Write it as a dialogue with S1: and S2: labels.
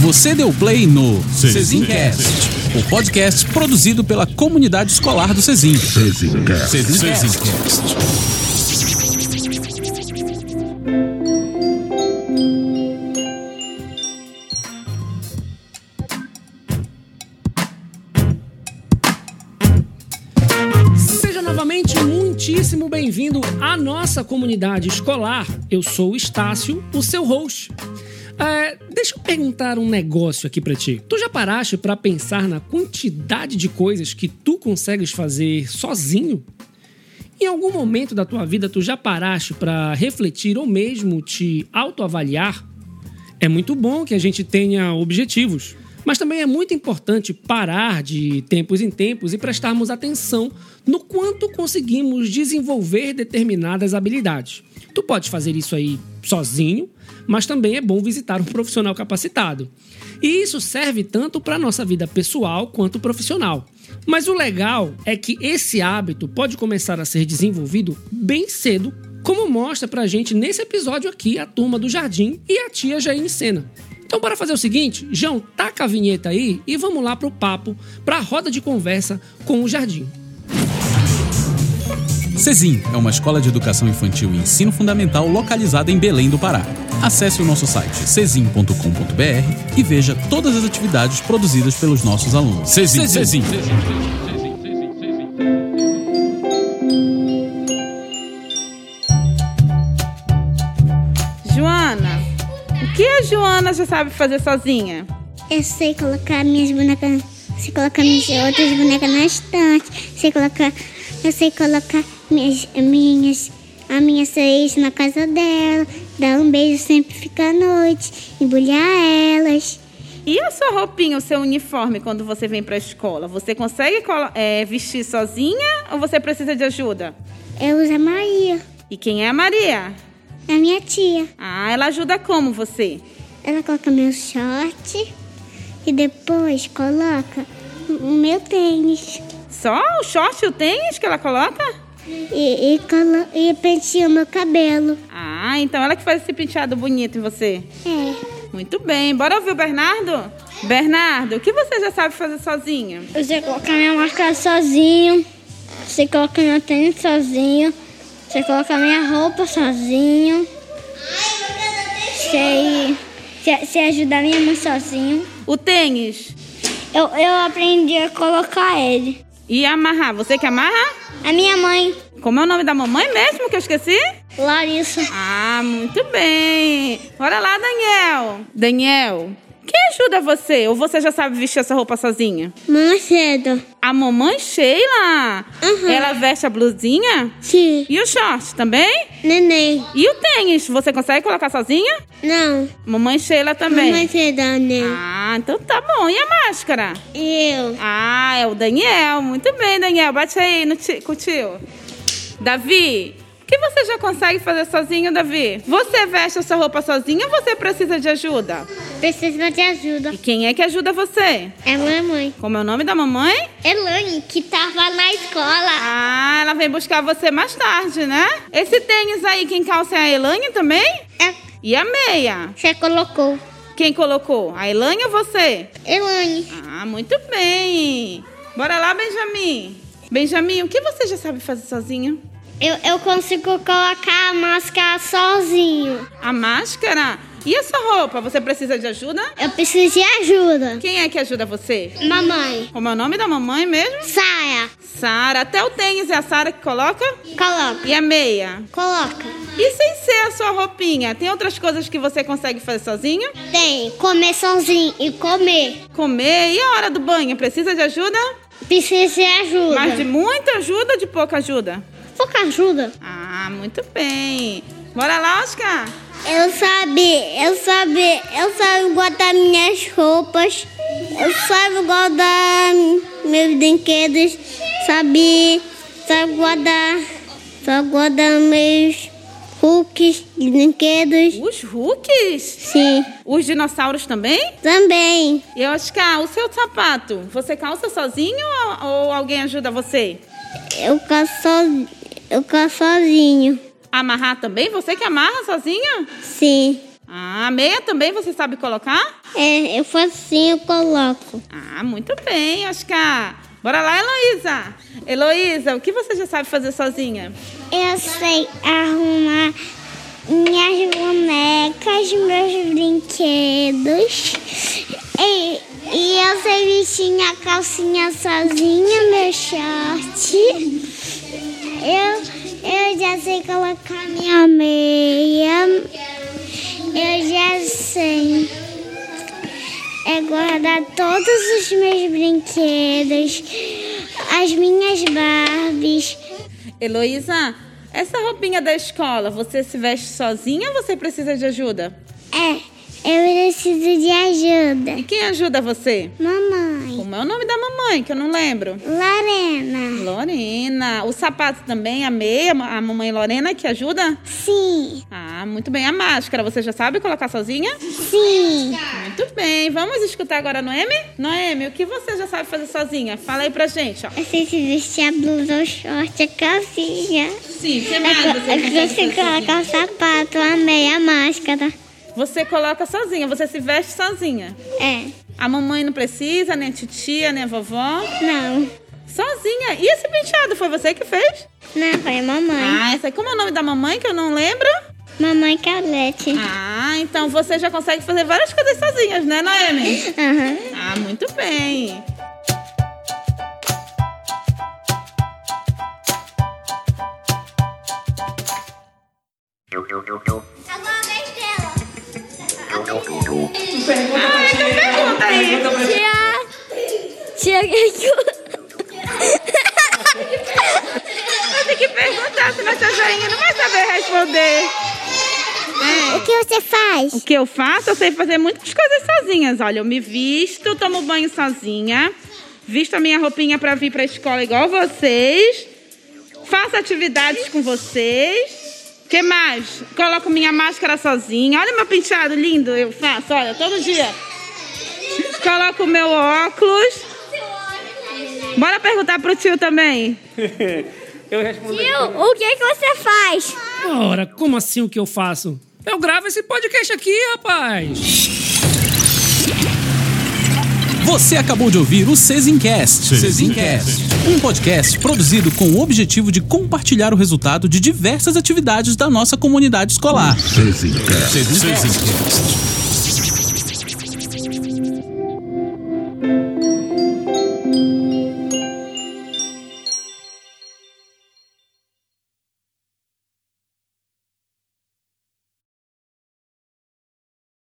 S1: Você deu play no Cezincast, o podcast produzido pela comunidade escolar do Cezin. Cezincast.
S2: Seja novamente muitíssimo bem-vindo à nossa comunidade escolar. Eu sou o Estácio, o seu host. É, deixa eu perguntar um negócio aqui pra ti. Tu já paraste pra pensar na quantidade de coisas que tu consegues fazer sozinho? Em algum momento da tua vida tu já paraste pra refletir ou mesmo te autoavaliar? É muito bom que a gente tenha objetivos, mas também é muito importante parar de tempos em tempos e prestarmos atenção no quanto conseguimos desenvolver determinadas habilidades. Tu pode fazer isso aí sozinho, mas também é bom visitar um profissional capacitado. E isso serve tanto para nossa vida pessoal quanto profissional. Mas o legal é que esse hábito pode começar a ser desenvolvido bem cedo, como mostra pra gente nesse episódio aqui a turma do jardim e a tia Jair em cena. Então bora fazer o seguinte, João, taca a vinheta aí e vamos lá pro papo, pra roda de conversa com o Jardim.
S1: Cezin é uma escola de educação infantil e ensino fundamental localizada em Belém do Pará. Acesse o nosso site cezin.com.br e veja todas as atividades produzidas pelos nossos alunos. Cezin, Cezin.
S3: Joana, o que a Joana já sabe fazer sozinha?
S4: Eu sei colocar minhas bonecas, sei colocar minhas outras bonecas na estante, sei colocar, eu sei colocar minhas, minhas, a minha cereja na casa dela, dar um beijo sempre fica à noite, embrulhar elas.
S3: E a sua roupinha, o seu uniforme quando você vem para a escola? Você consegue colo- eh, vestir sozinha ou você precisa de ajuda?
S4: Eu uso a Maria,
S3: E quem é a Maria?
S4: a minha tia.
S3: Ah, ela ajuda como você?
S4: Ela coloca meu short e depois coloca o meu tênis.
S3: Só o short e o tênis que ela coloca?
S4: E, e, colo- e penteia o meu cabelo.
S3: Ah, então ela que faz esse penteado bonito em você.
S4: É.
S3: Muito bem, bora ouvir o Bernardo? Bernardo, o que você já sabe fazer sozinha?
S4: Eu sei colocar minha marca sozinho. Sei colocar meu tênis sozinho. Sei colocar minha roupa sozinho. Sei, sei, sei ajudar minha mãe sozinho.
S3: O tênis
S4: Eu, eu aprendi a colocar ele.
S3: e amarrar. Você que amarra?
S4: A minha mãe,
S3: Como é o nome da mamãe mesmo que eu esqueci?
S4: Larissa.
S3: Ah, muito bem. Bora lá, Daniel. Daniel, quem ajuda você? Ou você já sabe vestir essa roupa sozinha?
S4: Mãe cedo.
S3: A mamãe Sheila. Ela veste a blusinha?
S4: Sim.
S3: E o short também?
S4: Neném.
S3: E o tênis? Você consegue colocar sozinha?
S4: Não.
S3: Mamãe Sheila também.
S4: cedo, né?
S3: Ah, então tá bom. E a máscara?
S4: Eu.
S3: Ah, é o Daniel. Muito bem, Daniel. Bate aí no ti, com o tio. Davi, o que você já consegue fazer sozinho, Davi? Você veste a sua roupa sozinho ou você precisa de ajuda?
S4: Preciso de ajuda.
S3: E quem é que ajuda você?
S4: É mamãe.
S3: Como é o nome da mamãe?
S4: Elane, que tava na escola.
S3: Ah, ela vem buscar você mais tarde, né? Esse tênis aí, quem calça é a Elaine também?
S4: É,
S3: E a meia?
S4: você colocou.
S3: Quem colocou? A Elaine ou você?
S4: Elane,
S3: Ah, muito bem. Bora lá, Benjamin. Benjamin, o que você já sabe fazer sozinho?
S4: eu, eu consigo colocar a máscara sozinho.
S3: A máscara? E a sua roupa? Você precisa de ajuda?
S4: Eu preciso de ajuda.
S3: Quem é que ajuda você?
S4: Mamãe,
S3: Como é o nome da mamãe mesmo?
S4: saia.
S3: Sara. Até o tênis é a Sara que coloca.
S4: Coloca,
S3: E a meia?
S4: coloca.
S3: E sem ser a sua roupinha, tem outras coisas que você consegue fazer sozinho?
S4: Tem, comer sozinho e comer.
S3: Comer. E a hora do banho? Precisa de ajuda?
S4: Preciso de ajuda.
S3: Mas de muita ajuda ou de pouca ajuda?
S4: Pouca ajuda.
S3: Ah, muito bem. Bora lá, Oscar.
S4: Eu sabe, eu sabe, eu sabe guardar minhas roupas, eu sabe guardar meus brinquedos, sabe, sabe guardar, sabe guardar meus hooks, brinquedos,
S3: Os Hulks?
S4: sim,
S3: Os dinossauros também?
S4: também.
S3: E Oscar, ah, o seu sapato, você calça sozinho ou, ou alguém ajuda você?
S4: Eu caço, so- eu caço sozinho,
S3: Amarrar também? Você que amarra sozinho?
S4: sim.
S3: Ah, meia também você sabe colocar?
S4: É, eu faço assim, eu coloco.
S3: Ah, muito bem, Oscar. Bora lá, Heloísa. Heloísa, o que você já sabe fazer sozinha?
S4: Eu sei arrumar minhas bonecas, meus brinquedos. E, e eu sei vestir minha calcinha sozinha, meu short. Eu, eu já sei colocar minha meia. Eu já sei é guardar todos os meus brinquedos, as minhas Barbies.
S3: Heloísa, essa roupinha da escola, você se veste sozinha ou você precisa de ajuda?
S4: É, eu preciso de
S3: E
S4: ajuda.
S3: quem ajuda você?
S4: Mamãe,
S3: Como é o nome da mamãe, que eu não lembro?
S4: Lorena,
S3: Lorena. O sapato também, a meia, a mamãe Lorena que ajuda?
S4: sim,
S3: Ah, muito bem. A máscara, você já sabe colocar sozinha?
S4: sim.
S3: Muito bem. Vamos escutar agora a Noemi? Noemi, o que você já sabe fazer sozinha? Fala aí pra gente, ó.
S4: Eu sei se vestir a blusa, o short, a calcinha.
S3: Sim, o que
S4: Ah,
S3: mais você
S4: Eu
S3: consegue
S4: preciso
S3: fazer sozinha?
S4: colocar o sapato, a meia, a máscara.
S3: Você coloca sozinha, você se veste sozinha.
S4: É,
S3: A mamãe não precisa, nem a titia, nem a vovó.
S4: não,
S3: Sozinha. E esse penteado, foi você que fez?
S4: não, foi a mamãe.
S3: Ah, essa aí. Como é o nome da mamãe que eu não lembro?
S4: Mamãe Carlete.
S3: Ah, então você já consegue fazer várias coisas sozinhas, né, Noemi?
S4: Aham.
S3: Ah, muito bem. Pergunta aí.
S4: Tia,
S3: Vai ter que perguntar, senão essa joinha não vai saber responder.
S4: o que você faz?
S3: O que eu faço? Eu sei fazer muitas coisas sozinhas. Olha, eu me visto, tomo banho sozinha, visto a minha roupinha pra vir pra escola igual vocês, faço atividades com vocês. que mais? Coloco minha máscara sozinha. Olha meu penteado lindo, eu faço, olha, todo dia. Coloco meu óculos. Bora perguntar pro tio também.
S5: Eu respondo.
S4: o que, que você faz?
S2: Ora, como assim o que eu faço? Eu gravo esse podcast aqui, rapaz!
S1: Você acabou de ouvir o Cezincast. Cezincast. Um podcast produzido com o objetivo de compartilhar o resultado de diversas atividades da nossa comunidade escolar. Cezincast.